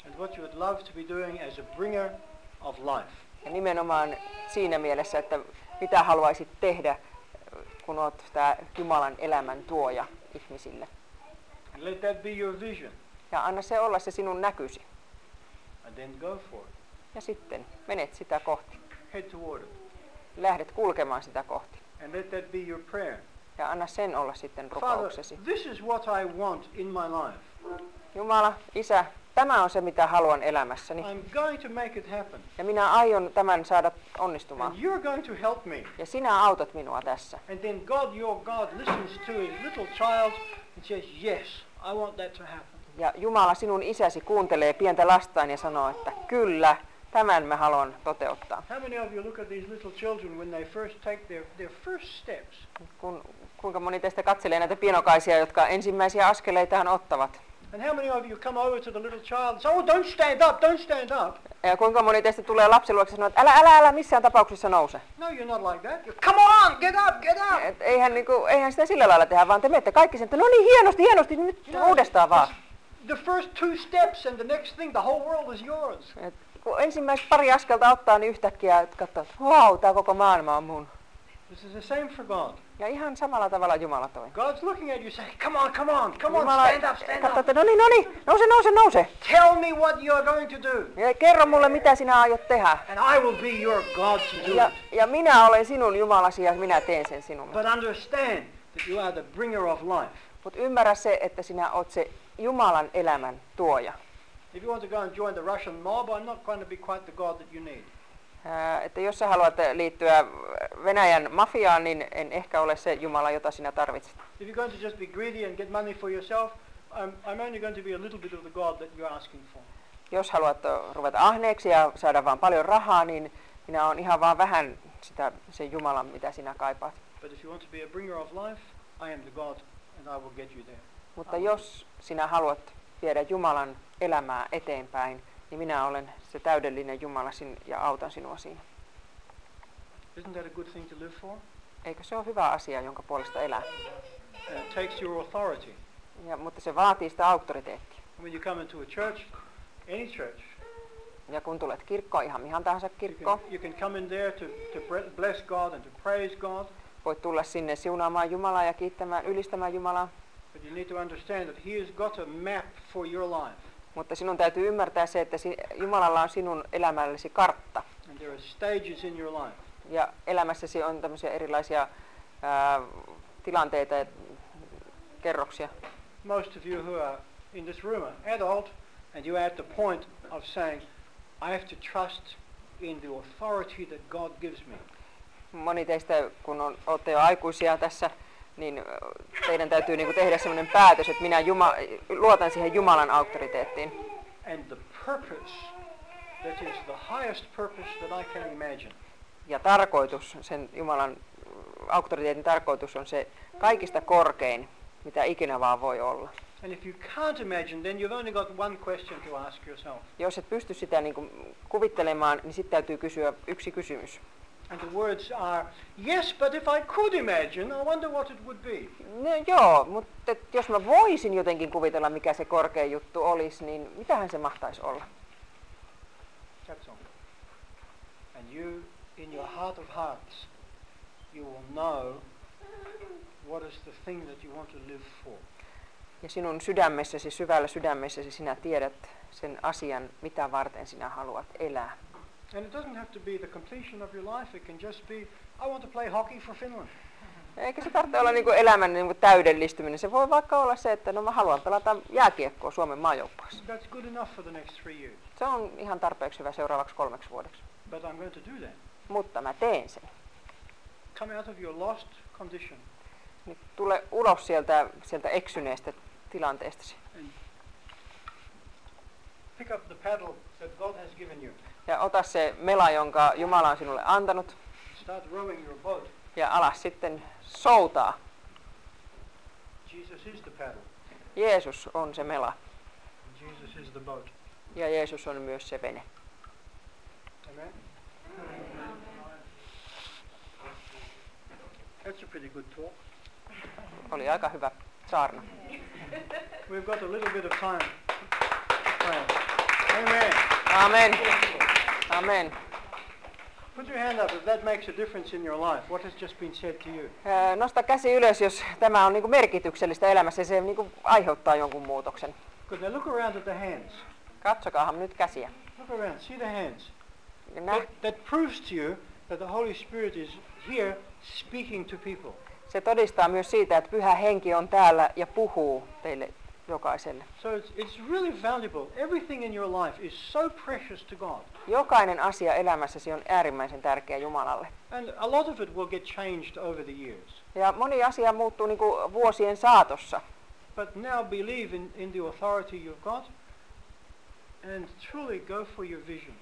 S1: And what you would love to be doing as a bringer of life.
S2: Ja nimenomaan siinä mielessä, että mitä haluaisit tehdä, kun olet tämä Jumalan elämän tuoja ihmisille.
S1: And let that be your vision.
S2: Ja anna se olla se sinun näkysi.
S1: And then go for it.
S2: Ja sitten menet sitä kohti.
S1: Head toward it.
S2: Lähdet kulkemaan sitä kohti.
S1: And let that be your prayer.
S2: Ja anna sen olla sitten
S1: Father,
S2: rukouksesi.
S1: this is what I want in my life.
S2: Jumala, Isä, tämä on se, mitä haluan elämässäni.
S1: I'm going to make it happen.
S2: Ja minä aion tämän saada
S1: And
S2: onnistumaan.
S1: you're going to help me.
S2: Ja sinä autat minua tässä.
S1: And then God, your God, listens to his little child and says, yes, I want that to happen.
S2: Ja Jumala, sinun isäsi kuuntelee pientä lastaan ja sanoo, että kyllä, tämän mä haluan toteuttaa.
S1: How many of you look at these little children when they first take their, their first steps?
S2: Kun, kuinka moni teistä katselee näitä pienokaisia, jotka ensimmäisiä askeleitaan ottavat?
S1: And how many of you come over to the little child and say, oh, don't stand up, don't stand up.
S2: Ja kuinka moni teistä tulee lapsen luokse ja sanoo, että älä, älä, älä missään tapauksessa nouse.
S1: No, you're not like that. You're, come on, get up, get up.
S2: Et eihän, niinku, eihän sitä sillä lailla tehdä, vaan te menette kaikki sen, että no niin, hienosti, hienosti, nyt
S1: You know,
S2: uudestaan vaan.
S1: it's The first two steps and the next thing, the whole world is yours.
S2: Et kun ensimmäiset pari askelta ottaa, niin yhtäkkiä et katsoo, että wow, tämä koko maailma on mun.
S1: This is the same for God.
S2: Ja ihan samalla tavalla Jumala toi.
S1: God's looking at you saying, come on, come on, come on,
S2: Jumala
S1: stand up, stand
S2: katsoo,
S1: up.
S2: että no niin, no niin, nouse, nouse, nouse.
S1: Tell me what you're going to do.
S2: Ja kerro mulle, mitä sinä aiot tehdä.
S1: And I will be your God to do
S2: Ja,
S1: it.
S2: ja minä olen sinun Jumalasi ja minä teen sen sinulle.
S1: But understand that you are the bringer of life.
S2: Mutta ymmärrä se, että sinä oot se Jumalan elämän tuoja.
S1: If you want to go and join the Russian mob, I'm not going to be quite the God that you need.
S2: Ää, Että jos sä haluat liittyä Venäjän mafiaan, niin en ehkä ole se Jumala, jota sinä tarvitset.
S1: If you're going to just be greedy and get money for yourself, I'm, I'm only going to be a little bit of the God that you're asking for.
S2: Jos haluat ö, ruveta ahneeksi ja saada vaan paljon rahaa, niin minä olen ihan vaan vähän sitä, se Jumala, mitä sinä kaipaat.
S1: But if you want to be a bringer of life, I am the God and I will get you there.
S2: Mutta jos sinä haluat viedä Jumalan elämää eteenpäin, niin minä olen se täydellinen Jumala sin- ja autan sinua siinä.
S1: Isn't that a good thing to live for?
S2: Eikö se ole hyvä asia, jonka puolesta elää?
S1: And Uh, it takes your authority.
S2: Ja, mutta se vaatii sitä auktoriteettia.
S1: When you come into a church, any church,
S2: Ja kun tulet kirkkoon, ihan mihin tahansa
S1: you can,
S2: kirkkoon,
S1: you can come in there to, to bre- bless God and to praise God,
S2: voit tulla sinne siunaamaan Jumalaa ja kiittämään, ylistämään Jumalaa.
S1: but you need to understand that He has got a map for your life.
S2: Mutta sinun täytyy ymmärtää se, että si- Jumalalla on sinun elämällesi kartta.
S1: And there are stages in your life.
S2: Ja elämässäsi on tämmöisiä erilaisia ää, tilanteita ja kerroksia.
S1: Most of you who are in this room are adult, and you are at the point of saying, I have to trust in the authority that God gives me.
S2: Moni teistä, kun on, olette jo aikuisia tässä, niin ö, teidän täytyy niinku tehdä sellainen päätös, että minä Juma, luotan siihen Jumalan auktoriteettiin.
S1: And the purpose that is the highest purpose that I can imagine
S2: Ja tarkoitus, sen Jumalan ö, auktoriteetin tarkoitus on se kaikista korkein, mitä ikinä vaan voi olla.
S1: And if you can't imagine, then you've only got one question to ask yourself.
S2: Jos et pysty sitä niin kuin kuvittelemaan, niin sitten täytyy kysyä yksi kysymys.
S1: And the words are, yes, but if I could imagine, I wonder what it would be.
S2: No joo, mutta et jos mä voisin jotenkin kuvitella, mikä se korkea juttu olisi, niin mitähän se mahtaisi olla?
S1: That's all. And you, in your heart of hearts, you will know what is the thing that you want to live for.
S2: Ja sinun sydämessäsi, syvällä sydämessäsi sinä tiedät sen asian, mitä varten sinä haluat elää.
S1: And it doesn't have to be the completion of your life. It can just be, I want to play hockey for Finland.
S2: Eikä se tarvitse olla niin kuin elämän niin kuin täydellistyminen. Se voi vaikka olla se, että no mä haluan pelata jääkiekkoa Suomen maajoukkueessa.
S1: That's good enough for the next three years.
S2: Se on ihan tarpeeksi hyvä seuraavaksi kolmeksi vuodeksi.
S1: But I'm going to do that.
S2: Mutta mä teen sen.
S1: Come out of your lost condition
S2: Nyt tule ulos sieltä, sieltä eksyneestä tilanteestasi
S1: Pick up the paddle that God has given you.
S2: ja ota se mela, jonka Jumala on sinulle antanut
S1: Start rowing your boat.
S2: ja alas sitten soutaa.
S1: Jesus is the paddle.
S2: Jeesus on se mela
S1: And Jesus is the boat.
S2: ja Jeesus on myös se vene.
S1: Amen? That's a pretty good talk.
S2: Oli aika hyvä saarna.
S1: We've got a little bit of time. Well, Amen.
S2: Amen. Amen.
S1: Put your hand up if that makes a difference in your life. What has just been said to you?
S2: Ää, Nosta käsi ylös, jos tämä on niin kuin merkityksellistä elämässä ja se niin kuin aiheuttaa jonkun muutoksen.
S1: Good. Now look around at the hands.
S2: Katsokaahan nyt käsiä.
S1: Look around. See the hands.
S2: Ja nä-
S1: That, that proves to you that the Holy Spirit is here speaking to people.
S2: Se todistaa myös siitä, että pyhä henki on täällä ja puhuu teille jokaiselle.
S1: So it's, it's really valuable. Everything in your life is so precious to God.
S2: Jokainen asia elämässäsi on äärimmäisen tärkeä Jumalalle.
S1: And a lot of it will get changed over the years.
S2: Ja moni asia muuttuu niin kuin vuosien saatossa.
S1: But now believe in, in the authority you've got and truly go for your vision.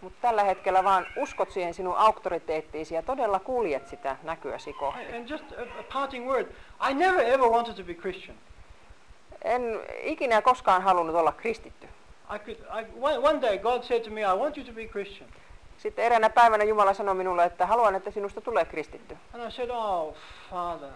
S2: Mutta tällä hetkellä vaan uskot siihen sinun auktoriteettiisi ja todella kuljet sitä näkyäsi kohti.
S1: And, and just a, a parting word. I never ever wanted to be Christian.
S2: En ikinä koskaan halunnut olla kristitty.
S1: I could, I, one, one day God said to me, I want you to be Christian.
S2: Sitten eräänä päivänä Jumala sanoi minulle, että haluan, että sinusta tulee kristitty.
S1: And I said, oh, Father,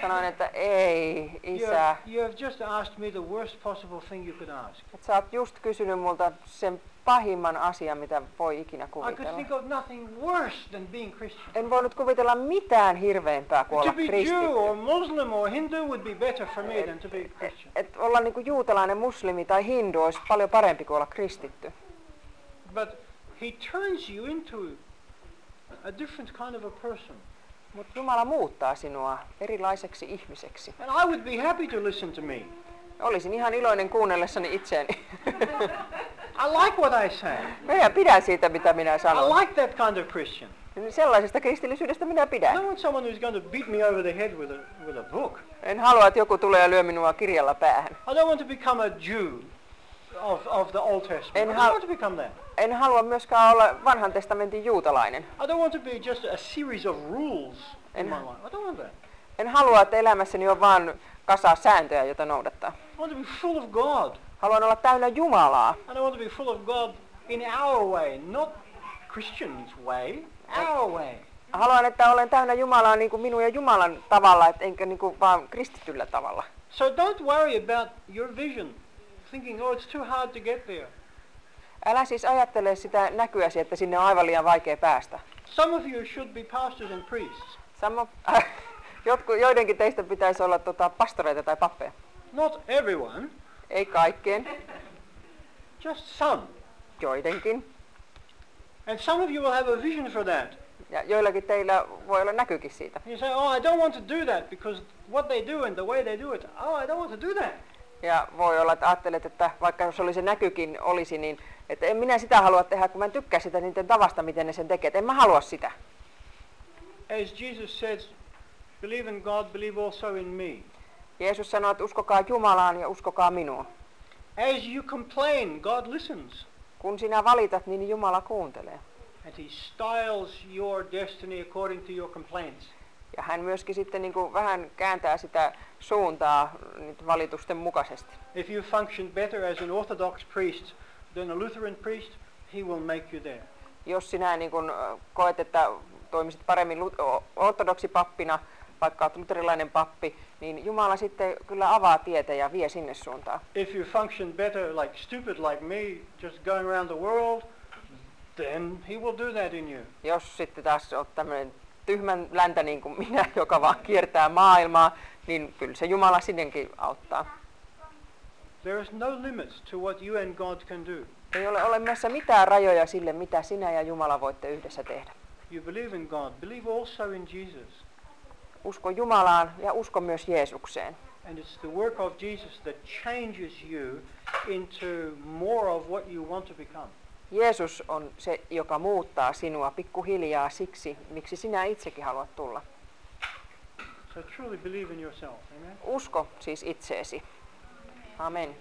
S2: Sanoin, että ei,
S1: you
S2: isä,
S1: have, you have just asked me the worst possible thing you could ask.
S2: että sä oot just kysynyt multa sen pahimman asian, mitä voi ikinä
S1: I could
S2: kuvitella.
S1: think of nothing worse than being Christian.
S2: En voinut kuvitella mitään hirveämpää kuin
S1: To
S2: olla
S1: be oh Jew or
S2: kristitty.
S1: Muslim or Hindu would be better for
S2: Eh,
S1: me than to be Christian.
S2: Et olla niinku juutalainen muslimi tai hindu olisi paljon parempi kuin olla kristitty.
S1: But he turns you into a different kind of a person.
S2: Mutta Jumala muuttaa sinua erilaiseksi ihmiseksi.
S1: And I would be happy to listen to me.
S2: Olisin ihan iloinen kuunnellessani itseäni.
S1: I like what I say.
S2: Minä pidän siitä, mitä minä
S1: I
S2: sanon. Niin
S1: like that kind of Christian.
S2: Sellaisesta kristillisyydestä minä
S1: I
S2: pidän.
S1: don't want someone who's going to beat me over the head with a, with a book.
S2: En halua, että joku tulee ja lyö minua kirjalla päähän.
S1: I don't want to become a Jew of, of the Old Testament.
S2: And
S1: I
S2: how-
S1: don't want to become that.
S2: En halua myöskään olla vanhan testamentin juutalainen.
S1: I don't want to be just a series of rules in
S2: And
S1: my
S2: how-
S1: life. I don't want that.
S2: En halua, että elämässäni on vain kasa sääntöjä, joita noudattaa.
S1: I want to be full of God.
S2: Haluan olla täynnä Jumalaa.
S1: And I want to be full of God in our way, not Christian's way, our way.
S2: Haluan, että olen täynnä Jumalaa niin kuin minun ja Jumalan tavalla, et enkä niin kuin vaan kristityllä tavalla.
S1: So don't worry about your vision, thinking, oh, it's too hard to get there.
S2: Älä siis ajattele sitä näkyäsi, että sinne on aivan liian vaikea päästä.
S1: Some of you should be pastors and priests,
S2: Samo, jotku, joidenkin teistä pitäisi olla tota, pastoreita tai pappeja.
S1: not everyone,
S2: Ei kaikkien,
S1: just some.
S2: joidenkin.
S1: And some of you will have a vision for that.
S2: Ja joillakin teillä voi olla näkykin siitä.
S1: You say, oh, I don't want to do that because what they do and the way they do it, oh, I don't want to do that.
S2: Ja voi olla, että ajattelet, että vaikka se oli se näkykin olisi, niin että en minä sitä halua tehdä, kun mä en tykkää sitä niiden tavasta, miten ne sen tekee. Että en mä halua sitä.
S1: As Jesus says, believe in God, believe also in me.
S2: Jeesus sanoi, että uskokaa Jumalaan ja uskokaa minuun.
S1: As you complain, God listens.
S2: Kun sinä valitat, niin Jumala kuuntelee.
S1: And he styles your destiny according to your complaints.
S2: Ja hän myöskin sitten niin kuin vähän kääntää sitä suuntaa niiden valitusten mukaisesti.
S1: If you function better as an Orthodox priest than a Lutheran priest, he will make you there.
S2: Jos sinä niin kuin ö, koet, että toimisit paremmin lut- o- ortodoksipappina, vaikka olet luterilainen pappi, niin Jumala sitten kyllä avaa tietä ja vie sinne suuntaan.
S1: If you function better like stupid like me, just going around the world, then he will do that in you.
S2: Jos sitten taas olet tämmöinen tyhmän läntä niin kuin minä, joka vaan kiertää maailmaa, niin kyllä se Jumala sinnekin auttaa.
S1: There is no limits to what you and God can do.
S2: Ei ole olemassa mitään rajoja sille, mitä sinä ja Jumala voitte yhdessä tehdä.
S1: You believe in God, believe also in Jesus.
S2: Usko Jumalaan ja usko myös Jeesukseen.
S1: And it's the work of Jesus that changes you into more of what you want to become.
S2: Jeesus on se, joka muuttaa sinua pikkuhiljaa siksi, miksi sinä itsekin haluat tulla.
S1: So truly believe in yourself. Amen.
S2: Usko siis itseesi. Amen.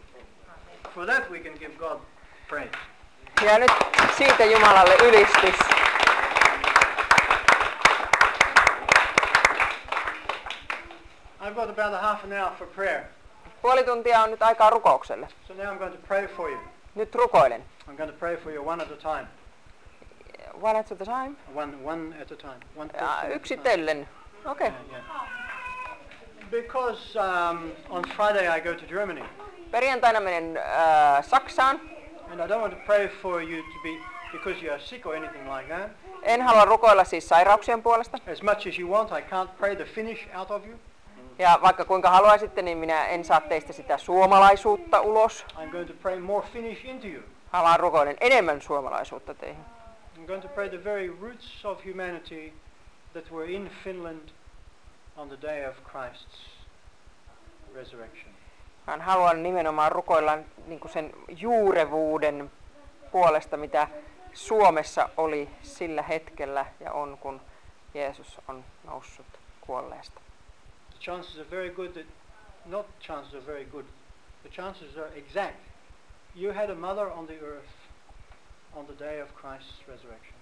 S1: For that we can give God praise.
S2: Ja nyt siitä Jumalalle ylistys.
S1: I've got about a half an hour for prayer.
S2: Puoli tuntia on nyt aikaa rukoukselle.
S1: So now I'm going to pray for you.
S2: Nyt rukoilen.
S1: I'm going to pray for you one at a time.
S2: One at a time.
S1: One one at a time. One
S2: Ja
S1: person at a time.
S2: yksitellen. Okei.
S1: Yeah,
S2: Okay.
S1: yeah. Because um, on Friday I go to Germany
S2: Perjantaina menen äh, Saksaan.
S1: and I don't want to pray for you to be because you are sick or anything like that.
S2: En halua rukoilla siis sairauksien puolesta.
S1: As much as you want, I can't pray the Finnish out of you.
S2: Ja vaikka kuinka haluaisitte, niin minä en saa teistä sitä suomalaisuutta ulos.
S1: I'm going to pray more Finnish into you.
S2: Haluan rukoilen enemmän suomalaisuutta teihin.
S1: I'm going to pray the very roots of humanity that were in Finland on the day of Christ's resurrection.
S2: Vaan haluan nimenomaan rukoilla niin kuin sen juurevuuden puolesta, mitä Suomessa oli sillä hetkellä ja on, kun Jeesus on noussut kuolleesta.
S1: The chances are very good that, not chances are very good, the chances are exact. You had a mother on the earth on the day of Christ's resurrection.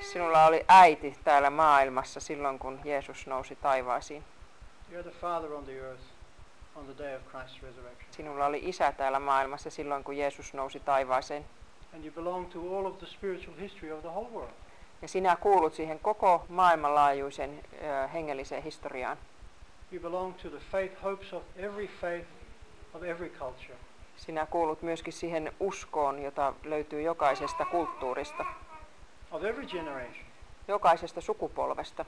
S2: Sinulla oli äiti täällä maailmassa silloin, kun Jeesus nousi taivaasiin.
S1: You had a father on the earth on the day of Christ's resurrection.
S2: Sinulla oli isä täällä maailmassa silloin, kun Jeesus nousi taivaaseen.
S1: And you belong to all of the spiritual history of the whole world.
S2: Ja sinä kuulut siihen koko maailmanlaajuisen ö, hengelliseen historiaan.
S1: You belong to the faith hopes of every faith, of every culture.
S2: Sinä kuulut myöskin siihen uskoon, jota löytyy jokaisesta kulttuurista,
S1: of every generation.
S2: jokaisesta sukupolvesta.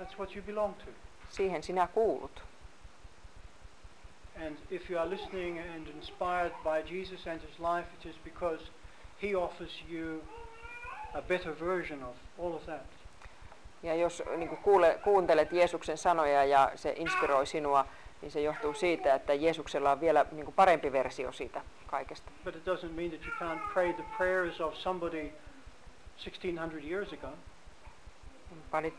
S1: That's what you belong to.
S2: Siihen sinä kuulut.
S1: And if you are listening and inspired by Jesus and his life, it is because he offers you a better version of all of that.
S2: Ja jos niin kuin kuule, kuuntelet Jeesuksen sanoja ja se inspiroi sinua, niin se johtuu siitä, että Jeesuksella on vielä niin kuin parempi versio siitä kaikesta.
S1: But it doesn't mean that you can't pray the prayers of somebody 1600 years ago.
S2: Vaan it-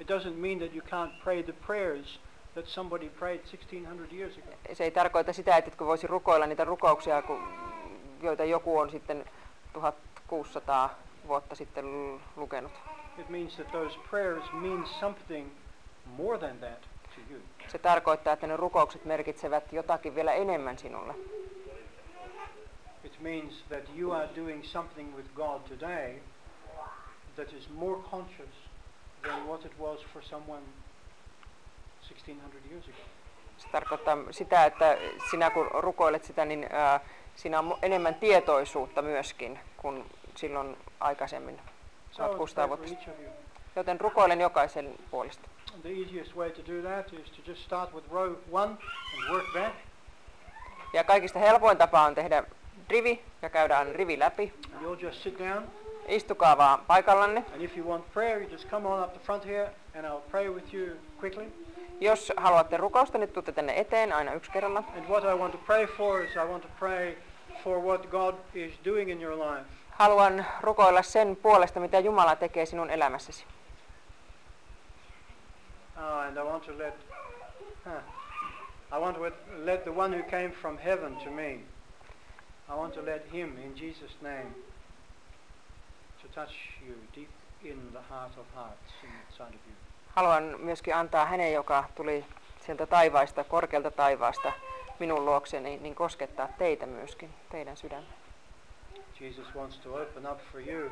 S1: It doesn't mean that you can't pray the prayers that somebody prayed 1600 years ago.
S2: se ei tarkoita sitä, että kun voisi rukoilla niitä rukouksia, kun, joita joku on sitten 1600 vuotta sitten lu- lukenut.
S1: It means that those prayers mean something more than that to you.
S2: Se tarkoittaa, että ne rukoukset merkitsevät jotakin vielä enemmän sinulle.
S1: It means that you are doing something with God today that is more conscious than what it was for someone 1600 years ago.
S2: Se tarkoittaa sitä, että sinä kun rukoilet sitä, niin ää, siinä on mo- enemmän tietoisuutta myöskin kuin silloin aikaisemmin.
S1: So I want to pray
S2: Matkustaa
S1: for
S2: vuotta.
S1: each of you.
S2: Joten rukoilen jokaisen puolesta.
S1: And the easiest way to do that is to just start with row one and work back.
S2: Ja kaikista helpoin tapa on tehdä rivi ja käydään rivi läpi.
S1: And you'll just sit down.
S2: Istukaa vaan paikallanne.
S1: And if you want prayer, you just come on up the front here and I'll pray with you quickly.
S2: Jos haluatte rukousta, niin tuutte tänne eteen aina yksi kerralla.
S1: And what I want to pray for is I want to pray for what God is doing in your life.
S2: Haluan rukoilla sen puolesta, mitä Jumala tekee sinun elämässäsi.
S1: Ah, and I want to let, huh, I want to let- let the one who came from heaven to me, I want to let him in Jesus' name to touch you deep in the heart of hearts inside of you.
S2: haluan myöskin antaa hänen, joka tuli sieltä taivaasta, korkealta taivaasta minun luokseni, niin koskettaa teitä myöskin, teidän sydäntä.
S1: Jesus wants to open up for you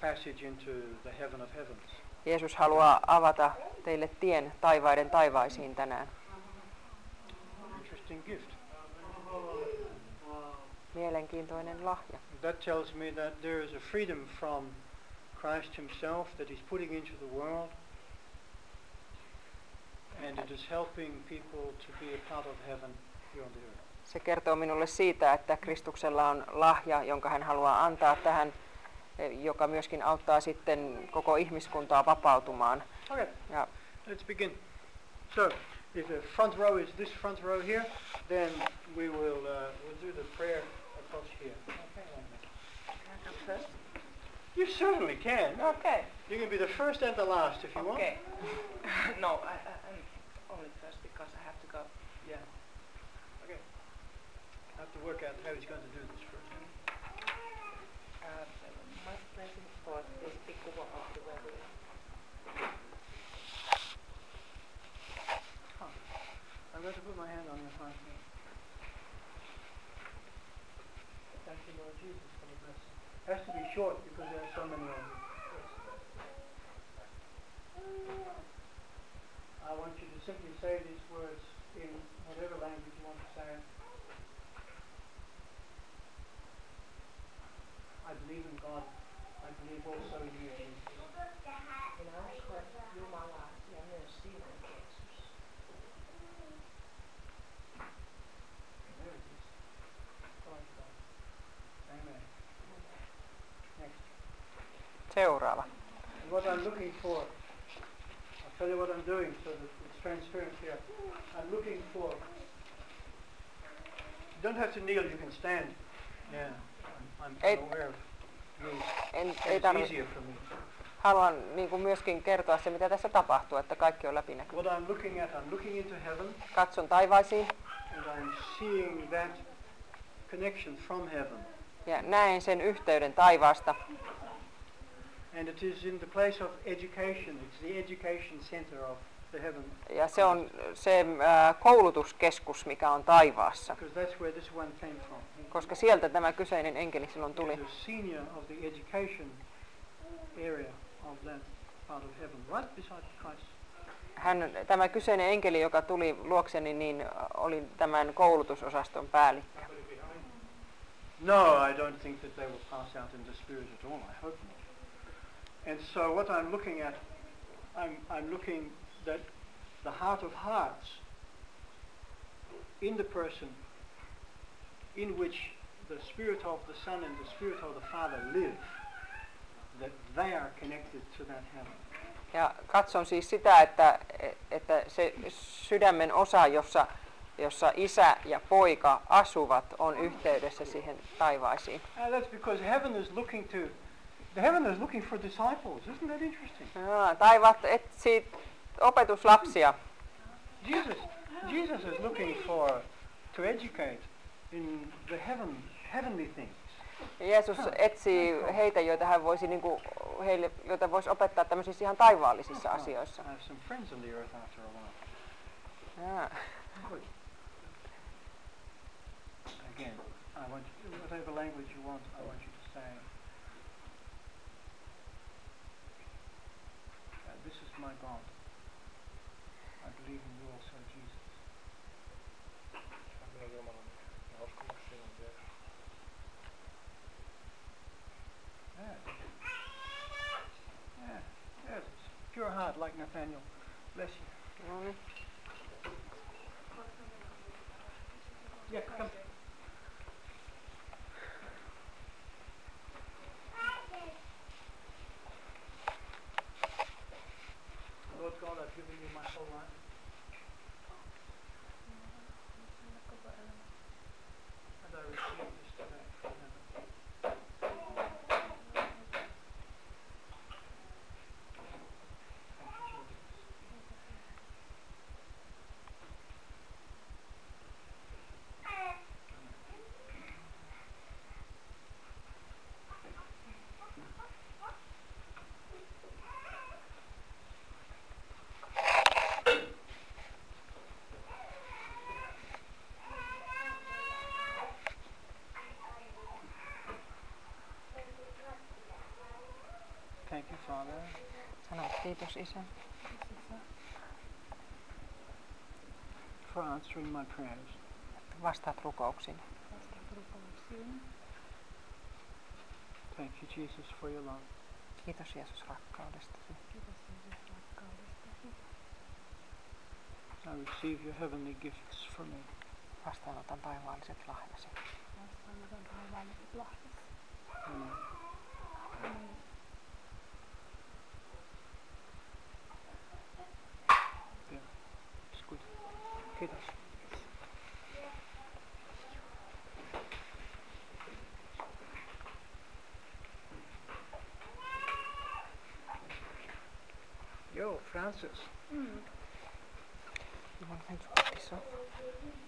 S1: passage into the heaven of heavens.
S2: Jeesus haluaa avata teille tien taivaiden taivaisiin tänään.
S1: Interesting gift.
S2: Mielenkiintoinen lahja.
S1: That tells me that there is a freedom from Christ himself that he's putting into the world and it is helping people to be a part of heaven here on the earth.
S2: Se kertoo minulle siitä, että Kristuksella on lahja, jonka hän haluaa antaa tähän, eh, joka myöskin auttaa sitten koko ihmiskuntaa vapautumaan.
S1: Okay,
S2: Ja
S1: let's begin. So, if the front row is this front row here, then we will uh, we'll do the prayer across here. Okay, one minute. You certainly can.
S3: Okay.
S1: You can be the first and the last if you want.
S3: Okay. no, I, I, I'm only first because I have to go.
S1: Yeah. Okay. I have to work out how he's going to do this first.
S3: Uh, much blessings for this big one of the weather.
S1: I'm going to put my hand on your heart. Thank you, Lord Jesus, for the blessing. Has to be short because there are so many of you. I want you to simply say these words in whatever language you want to say. it. I believe in God. I believe also in you, Jesus.
S3: Minä uskon Jumalaa ja myös sinun Jeesus.
S1: There it is. Glory to God. Amen. Next.
S2: seuraava.
S1: And what I'm looking for, I'll tell you what I'm doing so that it's transparent here. I'm looking for, you don't have to kneel, you can stand. Yeah, I'm, I'm
S2: Ei-
S1: aware of rules.
S2: En, ei
S1: It's
S2: tarvi,
S3: siis-
S1: easier for me.
S2: haluan niin kuin myöskin kertoa se, mitä tässä tapahtuu, että kaikki on läpinäkyvä.
S1: What I'm looking at, I'm looking into heaven
S2: Katson taivaisiin
S1: and I'm seeing that connection from heaven.
S2: ja näen sen yhteyden taivaasta.
S1: And it is in the place of education. It's the education center of the heaven
S2: Ja se on se ää, koulutuskeskus, mikä on taivaassa,
S1: because that's where this one came from.
S2: koska sieltä tämä kyseinen enkeli silloin
S1: He's
S2: tuli.
S1: a senior of the education area of that part of heaven, right beside Christ.
S2: Hän, tämä kyseinen enkeli, joka tuli luokseni, niin ä, oli tämän koulutusosaston päällikkö.
S1: No, I don't think that they will pass out in the spirit at all. I hope not. And so what I'm looking at, I'm, I'm looking that the heart of hearts in the person in which the spirit of the Son and the spirit of the Father live, that they are connected to that heaven.
S2: Ja katson siis sitä, että, että se sydämen osa, jossa, jossa isä ja poika asuvat, on yhteydessä siihen taivaisiin.
S1: Uh, that's because heaven is looking to, the heaven is looking for disciples. Isn't that interesting?
S2: Aa, Taivaat etsii opetuslapsia.
S1: Jesus, Jesus is looking for to educate in the heaven, heavenly things.
S2: Jeesus etsii heitä, joita hän voisi, niin kuin, heille, joita voisi opettaa tämmöisissä ihan taivaallisissa asioissa.
S1: I have some friends on the earth after a while.
S2: Aa.
S1: Good. Again, I want you, whatever language you want, I want you to say. Uh, this is my God. I believe in you also, Jesus.
S4: Minä Jumalan ja uskomus sinun Jeesus.
S1: Yeah. Yeah. Yes. Pure heart like Nathaniel. Bless you.
S2: No niin.
S1: Yeah, come. Lord God, I've given you my whole life. And I receive this today from heaven. Thank you, Jesus. Thank you, Father.
S2: Sano kiitos Isä
S1: for answering my prayers.
S2: että vastaat rukouksiin.
S3: Vastaan rukouksiin.
S1: Thank you, Jesus, for your love.
S2: Kiitos Jeesus rakkaudestasi.
S3: Kiitos Jeesus rakkaudestasi.
S1: I receive your heavenly gifts for me.
S2: Vastaanotan taivaalliset lahjasi.
S3: Vastaanotan taivaalliset lahjasi.
S1: Amen.
S3: Amen.
S1: It's good. Kiitos. Yo, Francis.
S2: Jumalan suhteessa.